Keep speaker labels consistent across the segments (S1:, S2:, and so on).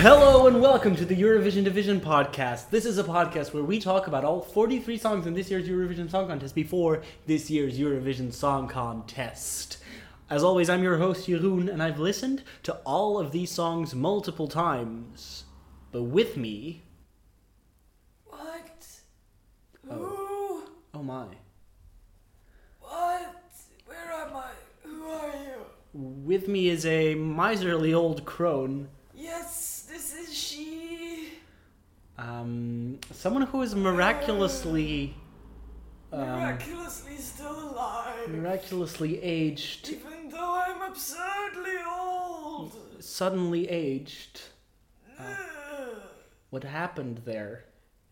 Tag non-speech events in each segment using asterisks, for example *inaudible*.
S1: Hello and welcome to the Eurovision Division podcast. This is a podcast where we talk about all 43 songs in this year's Eurovision Song Contest before this year's Eurovision Song Contest. As always, I'm your host, Jeroen, and I've listened to all of these songs multiple times. But with me.
S2: What? Who?
S1: Oh my.
S2: What? Where am I? Who are you?
S1: With me is a miserly old crone.
S2: Yes, this is she.
S1: Um, someone who is miraculously. Um,
S2: Miraculously still alive.
S1: miraculously aged.
S2: Even though I'm absurdly old.
S1: Suddenly aged. Oh.
S2: Ugh.
S1: What happened there?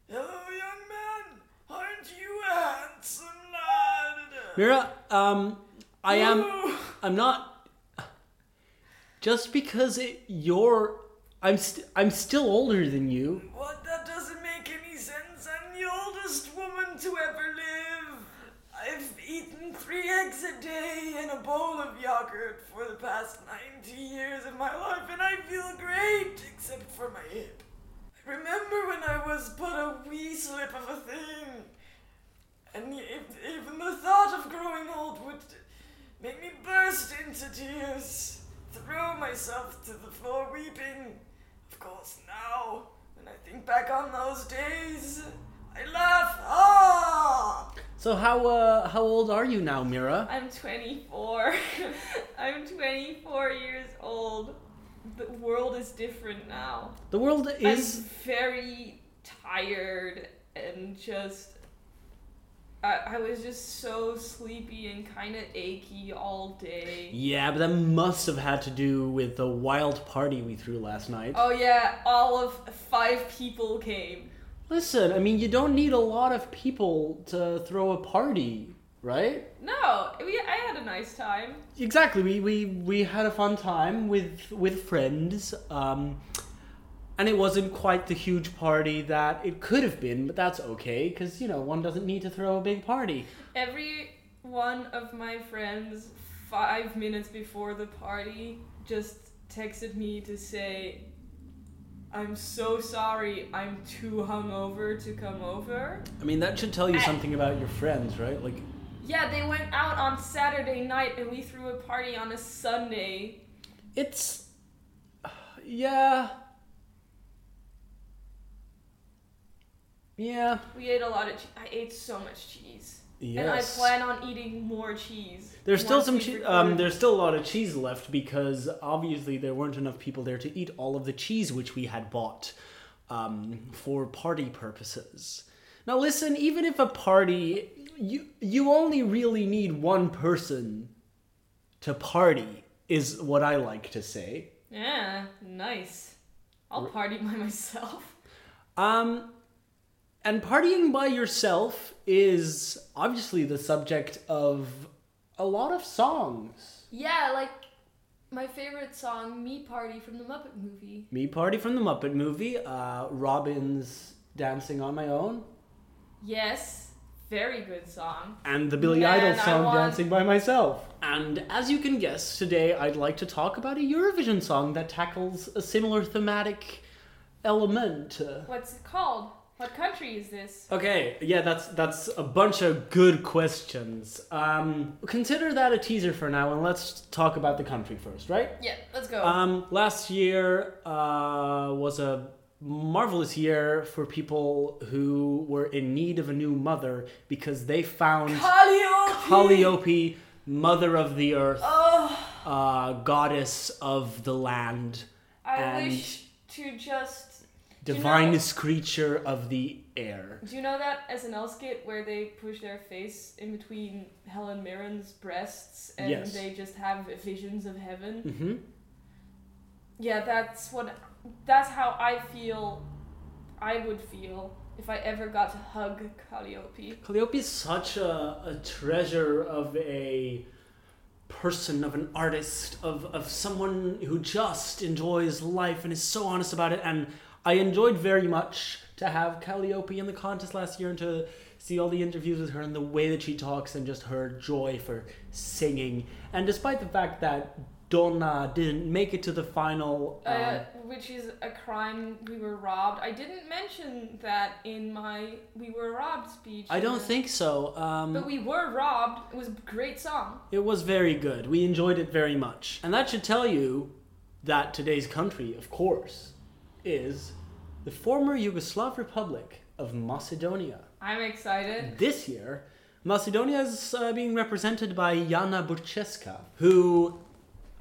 S2: Hello, young man. Aren't you a handsome lad?
S1: Mira, um, I am.
S2: Ooh.
S1: I'm not. Just because it, you're, I'm. St- I'm still older than you.
S2: What? That doesn't make any sense. I'm the oldest woman to ever live. I've eaten three eggs a day and a bowl of yogurt for the past 90 years of my life, and I feel great, except for my hip. I remember when I was but a wee slip of a thing. And e-, if, even the thought of growing old would make me burst into tears, throw myself to the floor weeping. Of course, now, when I think back on those days, I laugh. Ah!
S1: So how uh how old are you now, Mira?
S3: I'm 24. *laughs* I'm 24 years old. The world is different now.
S1: The world
S3: I'm
S1: is.
S3: very tired and just. I, I was just so sleepy and kind of achy all day.
S1: Yeah, but that must have had to do with the wild party we threw last night.
S3: Oh, yeah, all of five people came.
S1: Listen, I mean, you don't need a lot of people to throw a party, right?
S3: No, we, I had a nice time.
S1: exactly we, we we had a fun time with with friends um and it wasn't quite the huge party that it could have been but that's okay because you know one doesn't need to throw a big party
S3: Every one of my friends, five minutes before the party, just texted me to say, I'm so sorry, I'm too hungover to come over.
S1: i mean that should tell you something about your friends right like
S3: Yeah, they went out on Saturday night and we threw a party on a Sunday.
S1: it's yeah yeah
S3: We ate a lot of che- I ate so much cheese. And I
S1: yes
S3: plan on eating more cheese.
S1: there's still
S3: once
S1: some
S3: we
S1: che-
S3: record.
S1: um, there's still a lot of cheese left because obviously there weren't enough people there to eat all of the cheese which we had bought um, for party purposes. Now listen, even if a party you you only really need one person to party is what I like to say.
S3: Yeah, nice. I'll party *laughs* by myself.
S1: Um, and partying by yourself is obviously the subject of a lot of songs.
S3: Yeah, like my favorite song, Me Party from the Muppet movie.
S1: Me Party from the Muppet Movie, uh, Robin's Dancing on My Own,
S3: Yes, very good song.
S1: and the Billy
S3: Man,
S1: Idol
S3: I
S1: song
S3: want-
S1: Dancing by Myself. And as you can guess, today I'd like to talk about a Eurovision song that tackles a similar thematic element.
S3: What's it called? What country is this?
S1: Okay, yeah, that's that's a bunch of good questions. Um, consider that a teaser for now, and let's talk about the country first, right?
S3: Yeah, let's go.
S1: Um, last year uh, was a marvelous year for people who were in need of a new mother because they found
S2: Calliope!
S1: Calliope, mother of the earth,
S2: Oh,
S1: uh, goddess of the land,
S3: I
S1: and-
S3: wish to just. Do you know-
S1: divinest creature of the air.
S3: Do you know that SNL skit where they push their face in between Helen Mirren's breasts and
S1: Yes.
S3: they just have visions of heaven?
S1: hmm
S3: Yeah, that's what. That's how I feel. I would feel if I ever got to hug Calliope.
S1: Calliope is such a, a treasure of a person, of an artist, of, of someone who just enjoys life and is so honest about it. And I enjoyed very much to have Calliope in the contest last year and to see all the interviews with her and the way that she talks and just her joy for singing. And despite the fact that Donna didn't make it to the final. Um,
S3: Uh, which is a crime we were robbed. I didn't mention that in my we were robbed speech.
S1: I don't
S3: either.
S1: think so. Um,
S3: But we were robbed. It was a great song.
S1: It was very good. We enjoyed it very much. And that should tell you that today's country, of course, is the former Yugoslav Republic of Macedonia.
S3: I'm excited.
S1: This year, Macedonia is uh, being represented by Jana Burceska, who,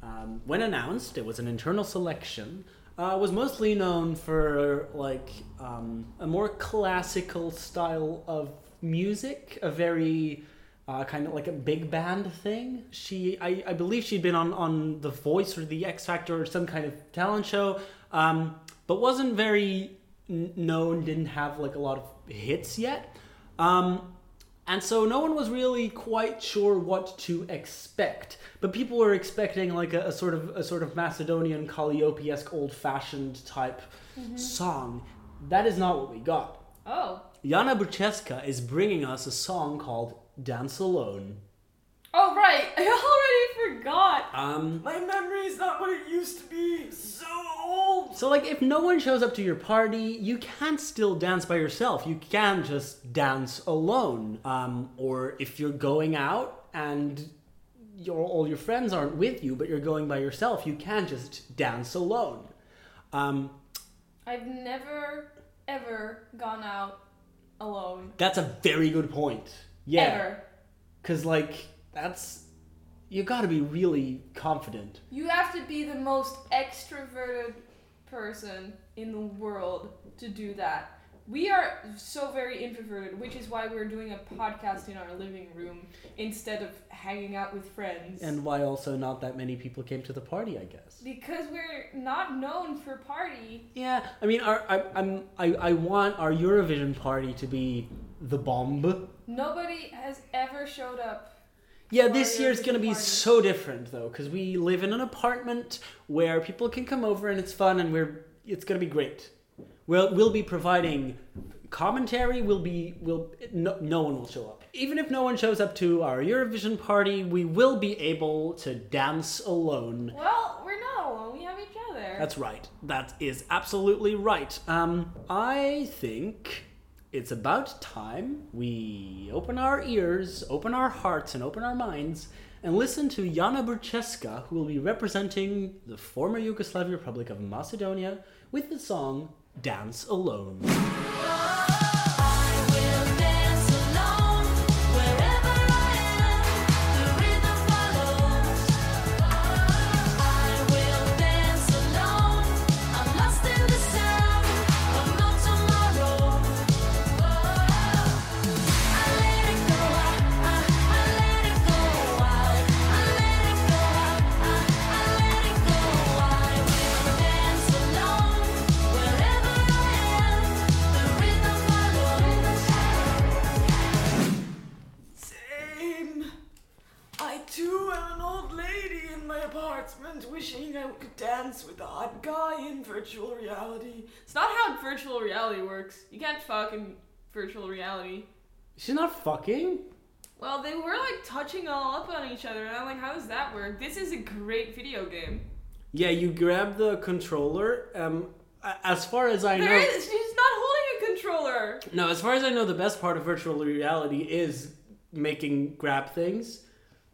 S1: um, when announced, it was an internal selection, uh, was mostly known for like um, a more classical style of music, a very uh, kind of like a big band thing. She, I, I believe, she'd been on on The Voice or The X Factor or some kind of talent show, um, but wasn't very n- known. Didn't have like a lot of hits yet. Um, and so no one was really quite sure what to expect, but people were expecting like a, a sort of a sort of Macedonian Calliope-esque old-fashioned type song. That is not what we got.
S3: Oh.
S1: Jana Burceska is bringing us a song called "Dance Alone."
S3: Oh right. *laughs* I already forgot.
S1: Um,
S2: My memory's not what it used to be. So old.
S1: so like, if no one shows up to your party, you can still dance by yourself. You can just dance alone. Um, or if you're going out and your all your friends aren't with you, but you're going by yourself, you can just dance alone. Um,
S3: I've never ever gone out alone.
S1: that's a very good point. Yeah,
S3: Ever.
S1: because like that's you got to be really confident.
S3: You have to be the most extroverted person in the world to do that. We are so very introverted, which is why we're doing a podcast in our living room instead of hanging out with friends.
S1: And why also not that many people came to the party, I guess.
S3: because we're not known for party.
S1: Yeah, I mean, our, I, I'm, I, I want our Eurovision party to be the bomb.
S3: Nobody has ever showed up.
S1: Yeah, this
S3: Our
S1: year's gonna
S3: Eurovision
S1: be
S3: party.
S1: so different though, because we live in an apartment where people can come over and it's fun, and we're it's gonna be great. We'll we'll be providing commentary. We'll be we'll no, no one will show up. Even if no one shows up to our Eurovision party, we will be able to dance alone.
S3: Well, we're not alone. We have each other.
S1: That's right. That is absolutely right. Um, I think it's about time we open our ears, open our hearts, and open our minds, and listen to Jana Burceska, who will be representing the former Yugoslav Republic of Macedonia with the song Dance Alone.
S4: I will dance alone wherever I am. The rhythm follows. I will dance alone. I'm lost in the sound of my tomorrow. I let it go. I I let it go. I let it go. I I let it go. I will dance alone wherever I am. The rhythm follows.
S2: Same. I too am an old lady in my apartment wishing I could dance with a hot guy in virtual reality.
S3: It's not how virtual reality works. You can't fuck in virtual reality.
S1: She's not fucking.
S3: Well, they were like touching all up on each other, and I'm like, how does that work? This is a great video game.
S1: Yeah, you grab the controller. Um, a- as far as I
S3: There
S1: know,
S3: is, she's not holding a controller.
S1: No, as far as I know, the best part of virtual reality is making grab things,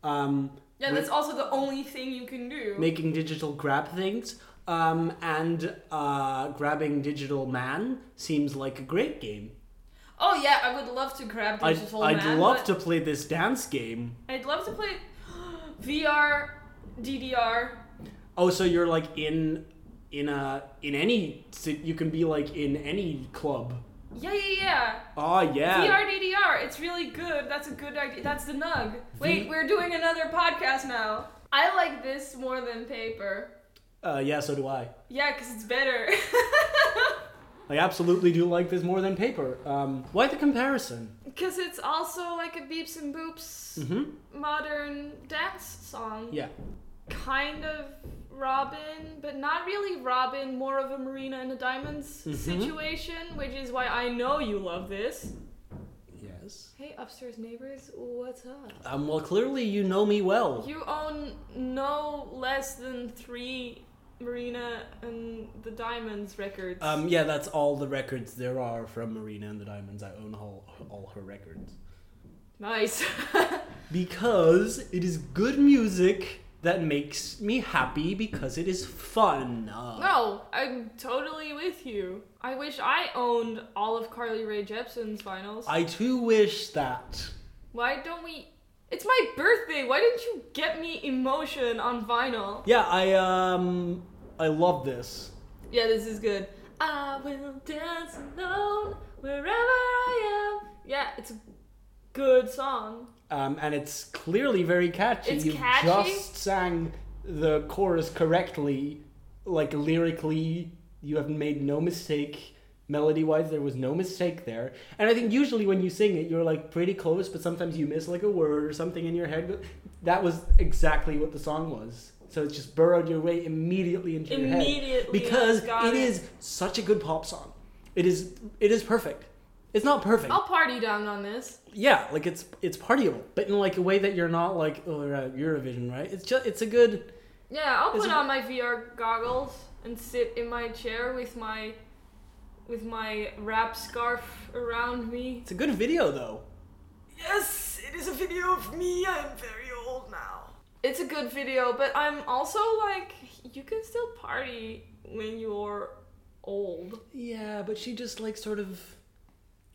S1: um,
S3: Yeah, that's also the only thing you can do.
S1: making digital grab things, um, and uh, grabbing digital man seems like a great game.
S3: oh yeah, I would love to grab
S1: I'd,
S3: digital
S1: I'd
S3: man.
S1: love
S3: but
S1: to play this dance game.
S3: I'd love to play *gasps* VR, DDR.
S1: Oh, so you're like in in a in any si- you can be like in any club.
S3: Yeah, yeah,
S1: Oh yeah.
S3: yeah. VR, DDR. It's really good. That's a good idea. That's the nug. Wait,
S1: V-
S3: we're doing another podcast now. I like this more than paper.
S1: Uh, yeah, so do I.
S3: Yeah, because it's better. *laughs*
S1: I absolutely do like this more than paper. Um, why the comparison?
S3: Because it's also like a beeps and boops
S1: Mhm.
S3: modern dance song.
S1: Yeah.
S3: Kind of Robin, but not really Robin, more of a Marina
S1: Mm-hmm.
S3: and the Diamonds situation, which is why I know you love this.
S1: Yes. business.
S3: Hey, upstairs neighbors, what's up?
S1: Um, well, clearly you know me well.
S3: You own no less than three Marina and the Diamonds records.
S1: Um, yeah, that's all the records there are from Marina and the Diamonds. I own all, all her records.
S3: nice. *laughs*
S1: Because it is good music that makes me happy because it is fun. Uh,
S3: no, I'm totally with you. I wish I owned all of Carly Rae Jepsen's vinyls.
S1: I too wish that.
S3: Why don't we? It's my birthday. Why didn't you get me emotion on vinyl?
S1: Yeah, I um I love this.
S3: Yeah, this is good. I will dance alone wherever I am. Yeah, it's a good song.
S1: Um, and it's clearly very catchy.
S3: It's
S1: you
S3: catchy.
S1: just sang the chorus correctly, like lyrically. You have made no mistake. Melody wise, there was no mistake there. And I think usually when you sing it, you're like pretty close, but sometimes you miss like a word or something in your head. That was exactly what the song was. So it's just burrowed your way immediately into your head.
S3: Immediately,
S1: Because
S3: got
S1: it
S3: it.
S1: is such a good pop song. It is it is perfect. It's not perfect
S3: I'll party down on this.
S1: yeah, like it's it's partyable, but in like a way that you're not like oh you're at Eurovision, right? It's just it's a good
S3: Yeah, I'll
S1: Is
S3: put
S1: it-
S3: on my VR goggles and sit in my chair with my with my wrap scarf around me.
S1: it's a good video though.
S2: Yes, it is a video of me. I am very old now.
S3: It's a good video, but I'm also like you can still party when you're old.
S1: Yeah, but she just like sort of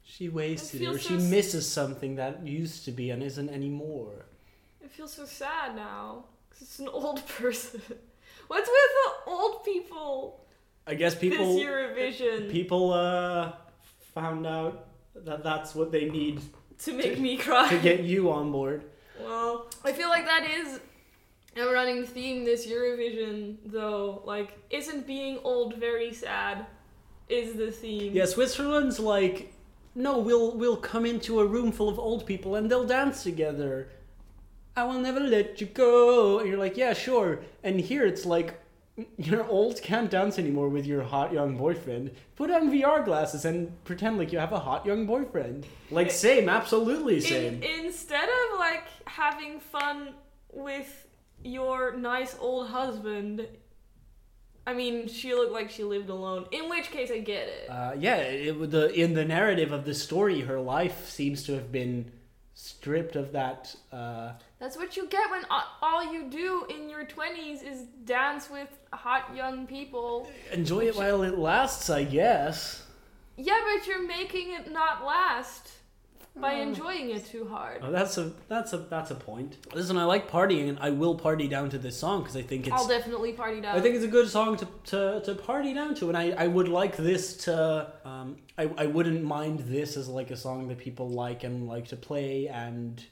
S1: she wasted it,
S3: feels
S1: or she
S3: so s-
S1: misses something that used to be and isn't anymore.
S3: I feel so sad now cuz it's an *laughs* old person. What's with the old people?
S1: I guess people
S3: this Eurovision
S1: people uh found out that that's what they need
S3: to make
S1: to-
S3: me cry.
S1: to get you on board.
S3: Well, I feel like that is a running theme this Eurovision, though. Like, isn't being old very sad? Is the theme?
S1: Yeah, Switzerland's like, no, we'll we'll come into a room full of old people and they'll dance together. I will never let you go. And you're like, yeah, sure. And here it's like, you're old, can't dance anymore with your hot young boyfriend. Put on VR glasses and pretend like you have a hot young boyfriend. Like, same, absolutely
S3: In,
S1: same.
S3: instead of like having fun with your nice old husband. I mean, she looked like she lived alone. In which case, I get it.
S1: Uh, yeah, it, would- the in the narrative of the story, her life seems to have been stripped of that. Uh,
S3: That's what you get when a- all you do in your twenties is dance with hot young people.
S1: enjoy it while it lasts, I guess.
S3: Yeah, but you're making it not last
S1: Uh,
S3: by enjoying it too hard.
S1: Oh, that's a that's a that's a point. Listen, I like partying, and I will party down to this song because I think it's
S3: I'll definitely party down.
S1: I think it's a good song to, to, to party down to, and I, I would like this to um I, I wouldn't mind this as like a song that people like and like to play, and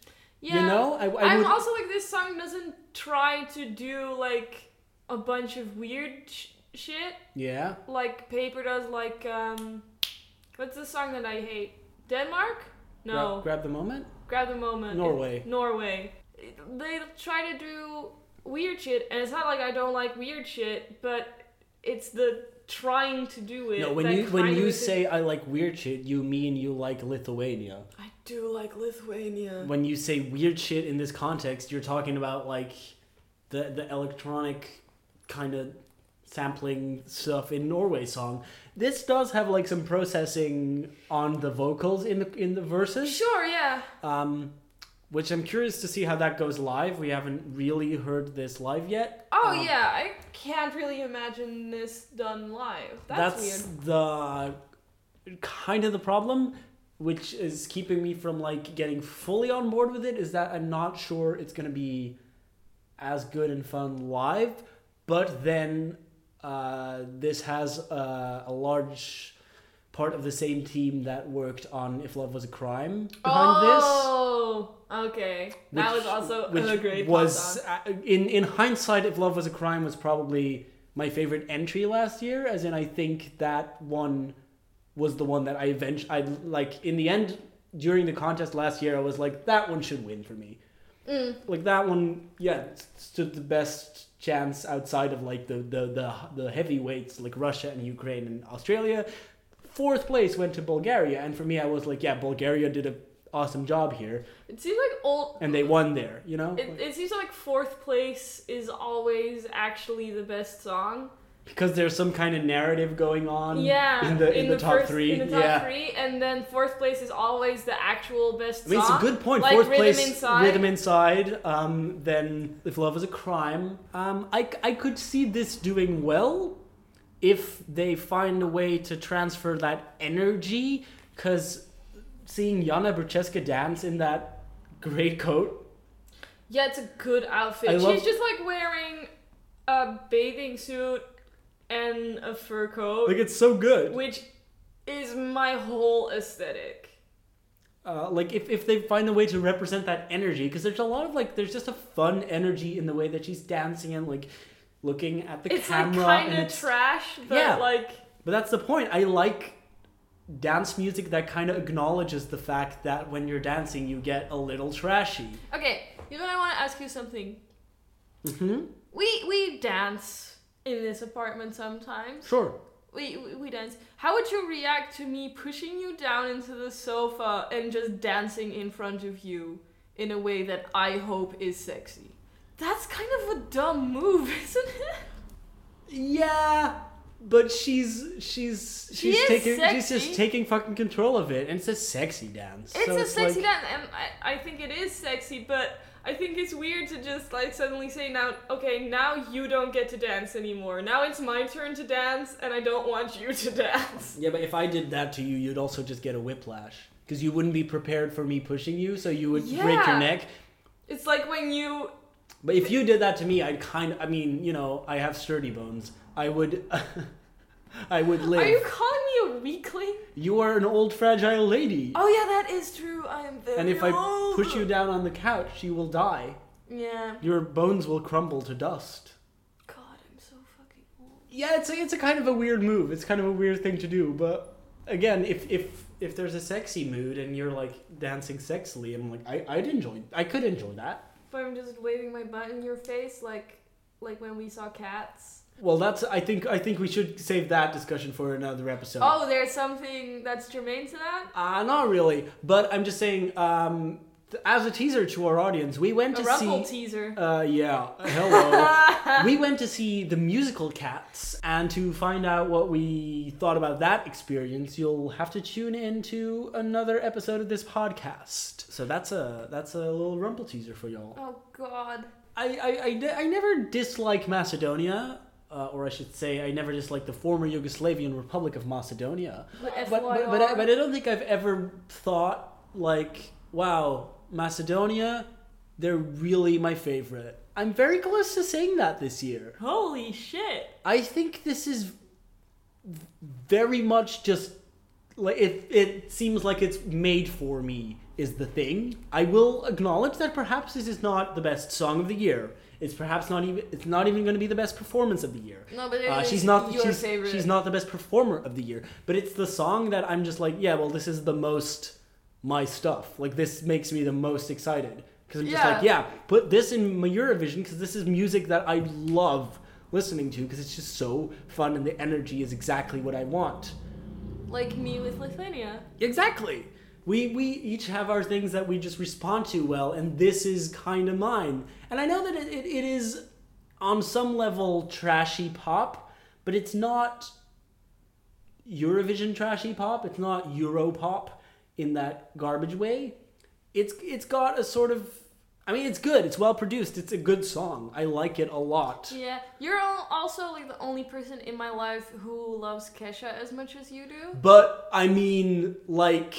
S3: yeah.
S1: you know I, I
S3: I'm
S1: would
S3: also like this song doesn't try to do like a bunch of weird sh- shit
S1: yeah
S3: like Paper does. Like um, what's the song that I hate? Denmark? No.
S1: grab, grab the moment
S3: Grab the moment.
S1: Norway.
S3: Norway. They try to do weird shit, and it's not like I don't like weird shit, but it's the trying to do it.
S1: no when
S3: that
S1: you when
S3: kind
S1: you
S3: of-
S1: say I like weird shit you mean you like Lithuania
S2: I do like Lithuania.
S1: when you say weird shit in this context, you're talking about like the the electronic kind of sampling stuff in Norway song. This does have like some processing on the vocals in the in the verses,
S3: Sure, yeah.
S1: um, which I'm curious to see how that goes live. We haven't really heard this live yet.
S3: Oh
S1: Um,
S3: yeah, I can't really imagine this done live. That's,
S1: that's
S3: weird.
S1: the kind of the problem which is keeping me from like getting fully on board with it is that i'm not sure it's going to be as good and fun live but then uh, this has uh, a large part of the same team that worked on if love was a crime behind this
S3: oh, okay. that was also a great
S1: was
S3: pop
S1: uh, in in hindsight if love was a crime was probably my favorite entry last year as in i think that one was the one that i eventually i like in the end during the contest last year i was like that one should win for me
S3: Mm.
S1: like that one yeah s- stood the best chance outside of like the the the, the heavyweights like russia and ukraine and australia fourth place went to bulgaria and for me i was like yeah bulgaria did a awesome job here,
S3: It seems like old.
S1: and they won there. You know,
S3: It, it seems like fourth place is always actually the best song.
S1: because there's some kind of narrative going on.
S3: Yeah,
S1: Um, in the in, the, top
S3: first,
S1: three.
S3: in the top
S1: yeah.
S3: three, and then fourth place is always the actual best.
S1: I mean, it's a
S3: song.
S1: good point.
S3: Like
S1: Fourth
S3: Rhythm
S1: place,
S3: Inside.
S1: Rhythm Inside. Um, then If Love Is a Crime. Um, I, c- I could see this doing well if they find a way to transfer that energy. Because seeing Yana Brucheska dance in that great coat,
S3: Yeah, it's a good outfit.
S1: I
S3: She's
S1: love-
S3: just like wearing a bathing suit and a fur coat,
S1: like it's so good.
S3: which is my whole aesthetic.
S1: Uh, like if, if they find a way to represent that energy, because there's a lot of like there's just a fun energy in the way that she's dancing and like looking at the
S3: It's like
S1: camera. and
S3: kind of
S1: it's-
S3: trash, but
S1: Yeah.
S3: like
S1: But that's the point. I like dance music that kind of acknowledges the fact that when you're dancing, you get a little trashy.
S3: okay. You know, what? I want to ask you something.
S1: Mm-hmm.
S3: We we dance in this apartment sometimes.
S1: Sure.
S3: We, we we dance. How would you react to me pushing you down into the sofa and just dancing in front of you in a way that I hope is sexy? That's kind of a dumb move, *laughs* isn't it?
S1: Yeah, but she's she's she's
S3: She is
S1: taking she's
S3: sexy.
S1: just taking fucking control of it, and it's a sexy dance.
S3: It's
S1: So
S3: a sexy
S1: like-
S3: dance, and I, I think it is sexy, but I think it's weird to just like suddenly say now, okay, now you don't get to dance anymore. Now it's my turn to dance, and I don't want you to *laughs* dance.
S1: Yeah, but if I did that to you, you'd also just get a whiplash because you wouldn't be prepared for me pushing you, so you would break
S3: Yeah.
S1: your neck.
S3: It's like when you
S1: But if you did that to me, I'd kind. I mean, you know, I have sturdy bones. I would. *laughs* I would live.
S3: are you calling me a weakling?
S1: You are an old fragile lady.
S3: Oh yeah, that is true. I am very
S1: and if I
S3: old.
S1: push you down on the couch, you will die.
S3: Yeah.
S1: Your bones will crumble to dust.
S3: God, I'm so fucking old.
S1: Yeah, it's a, it's a kind of a weird move. It's kind of a weird thing to do, but again, if if if there's a sexy mood and you're like dancing sexily, I'm like I I'd enjoy. I could enjoy that.
S3: But I'm just waving my butt in your face, like like when we saw cats.
S1: Well, that's I think I think we should save that discussion for another episode.
S3: Oh, there's something that's germane to that.
S1: Uh, not really, but I'm just saying um th- as a teaser to our audience, we went to
S3: A rumple
S1: see
S3: teaser.
S1: Uh, yeah. Hello. we went to see the musical Cats, and to find out what we thought about that experience, you'll have to tune in to another episode of this podcast. So that's a that's a little rumble teaser for y'all.
S3: Oh God.
S1: I I, I, ne- I never dislike Macedonia. Uh, or I should say, I never disliked the former Yugoslavian Republic of Macedonia.
S3: But
S1: But but, but, I, but I don't think I've ever thought like, wow, Macedonia, they're really my favorite. I'm very close to saying that this year.
S3: Holy shit.
S1: I think this is v- very much just like it. It seems like it's made for me is the thing. I will acknowledge that perhaps this is not the best song of the year. It's perhaps not even. It's not even going to be the best performance of the year.
S3: No, but it
S1: Uh,
S3: is
S1: she's not
S3: your
S1: she's,
S3: favorite.
S1: she's not the best performer of the year, but it's the song that I'm just like, yeah, well, this is the most my stuff. Like this makes me the most excited because I'm just
S3: Yeah.
S1: like, yeah, put this in my Eurovision because this is music that I love listening to because it's just so fun and the energy is exactly what I want.
S3: like me with Lithuania.
S1: Exactly. We we each have our things that we just respond to well, and this is kind of mine. And I know that it, it, it is on some level trashy pop, but it's not Eurovision trashy pop. It's not Euro pop in that garbage way. It's it's got a sort of I mean, it's good. It's well produced. It's a good song. I like it a lot.
S3: Yeah, you're al- also like the only person in my life who loves Kesha as much as you do.
S1: But I mean, like,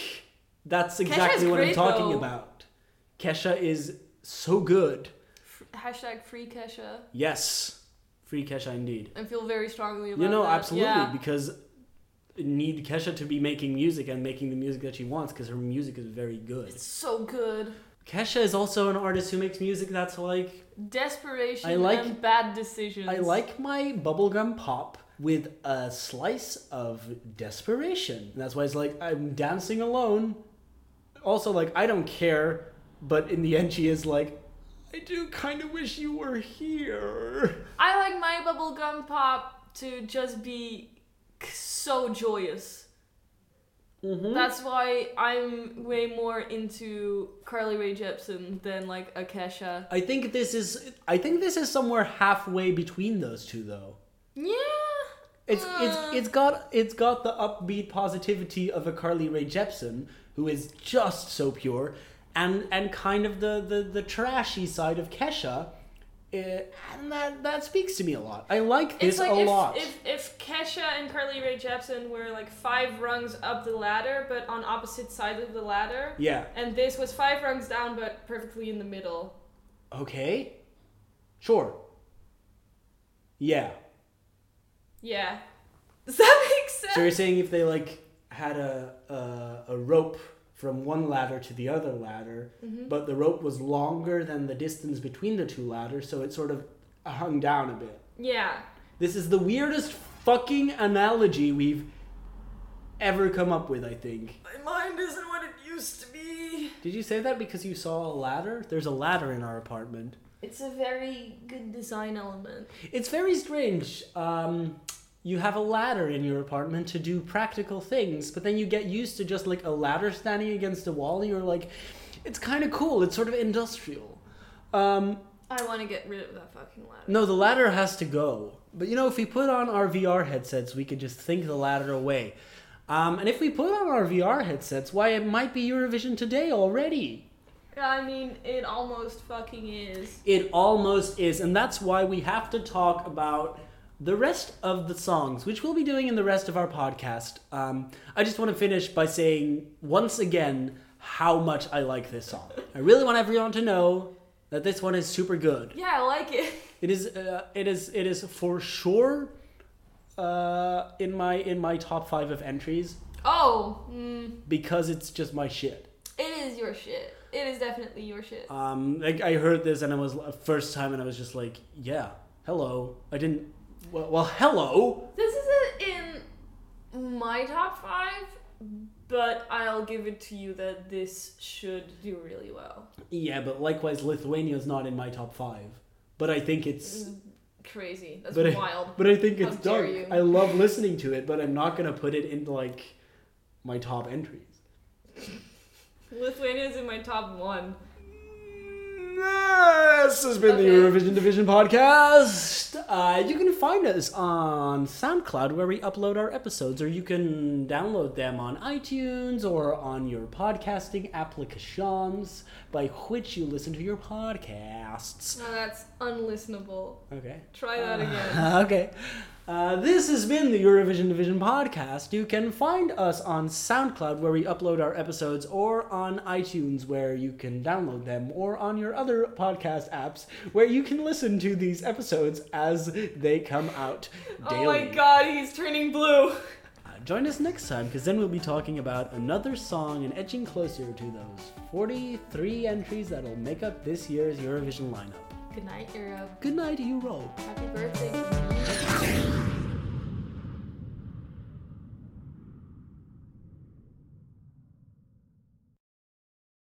S1: that's exactly what I'm
S3: great,
S1: talking
S3: though.
S1: about. Kesha is so good.
S3: Hashtag free Kesha.
S1: Yes, free Kesha indeed.
S3: I feel very strongly about
S1: You know,
S3: that.
S1: absolutely,
S3: Yeah.
S1: because I need Kesha to be making music and making the music that she wants because her music is very good.
S3: It's so good.
S1: Kesha is also an artist who makes music that's like
S3: Desperation
S1: I like-
S3: and bad decisions.
S1: I like my bubblegum pop with a slice of desperation. And that's why it's like I'm dancing alone. Also, like I don't care, but in the end, she is like, I do kind of wish you were here.
S3: I like my bubblegum pop to just be k- so joyous.
S1: Mm-hmm.
S3: That's why I'm way more into Carly Rae Jepsen than like Akesha.
S1: I think this is I think this is somewhere halfway between those two though.
S3: Yeah.
S1: It's
S3: Uh.
S1: it's it's got it's got the upbeat positivity of a Carly Rae Jepsen who is just so pure, and and kind of the the, the trashy side of Kesha, eh, and that that speaks to me a lot. I like this
S3: It's like
S1: a
S3: if,
S1: lot.
S3: if if Kesha and Carly Rae Jepsen were like five rungs up the ladder, but on opposite sides of the ladder,
S1: yeah.
S3: and this was five rungs down, but perfectly in the middle.
S1: Okay. Sure. Yeah.
S3: Yeah. *laughs* Does that make sense?
S1: So you're saying if they like had a a, a rope from one ladder to the other ladder,
S3: Mm-hmm.
S1: but the rope was longer than the distance between the two ladders, so it sort of hung down a bit.
S3: Yeah.
S1: This is the weirdest fucking analogy we've ever come up with, I think.
S2: My mind isn't what it used to be.
S1: Did you say that because you saw a ladder? There's a ladder in our apartment.
S3: It's a very good design element.
S1: It's very strange. Um, you have a ladder in your apartment to do practical things, but then you get used to just like a ladder standing against a wall, and you're like, it's kind of cool. It's sort of industrial. Um,
S3: I want to get rid of that fucking ladder.
S1: no, the ladder has to go. But you know, if we put on our VR headsets, we could just think the ladder away. Um, and if we put on our VR headsets, why it might be Eurovision today already.
S3: I mean, it almost fucking is.
S1: It almost is, and that's why we have to talk about the rest of the songs, which we'll be doing in the rest of our podcast. Um, I just want to finish by saying once again how much I like this song. I really want everyone to know that this one is super good.
S3: Yeah, I like it. *laughs*
S1: It is, uh, it is, it is for sure uh, in my in my top five of entries
S3: Oh, mm,
S1: because it's just my shit.
S3: it is your shit. It is definitely your shit.
S1: Um, like I heard this and I was uh, first time and I was just like, yeah, hello. I didn't. Well, well hello.
S3: This isn't in my top five, but I'll give it to you that this should do really well.
S1: Yeah, but likewise, Lithuania's not in my top five. But I think it's.
S3: Crazy. That's
S1: But I-
S3: wild.
S1: But I think
S3: How
S1: it's
S3: dare
S1: dark.
S3: you.
S1: I love listening to it, but I'm not gonna put it in like my top entries.
S3: Lithuania is in my top one.
S1: This has been the
S3: Okay.
S1: Eurovision Division podcast. Uh, you can find us on SoundCloud where we upload our episodes, or you can download them on iTunes or on your podcasting applications by which you listen to your podcasts.
S3: No, that's unlistenable.
S1: Okay.
S3: Try that again.
S1: *laughs* okay. Uh, this has been the Eurovision Division podcast. You can find us on SoundCloud, where we upload our episodes, or on iTunes, where you can download them, or on your other podcast apps, where you can listen to these episodes as they come out daily.
S3: Oh my god, he's turning blue. *laughs*
S1: Uh, join us next time, because then we'll be talking about another song and edging closer to those 43 entries that'll make up this year's Eurovision lineup.
S3: Good night, Europe.
S1: Good night, Europe.
S3: Happy birthday.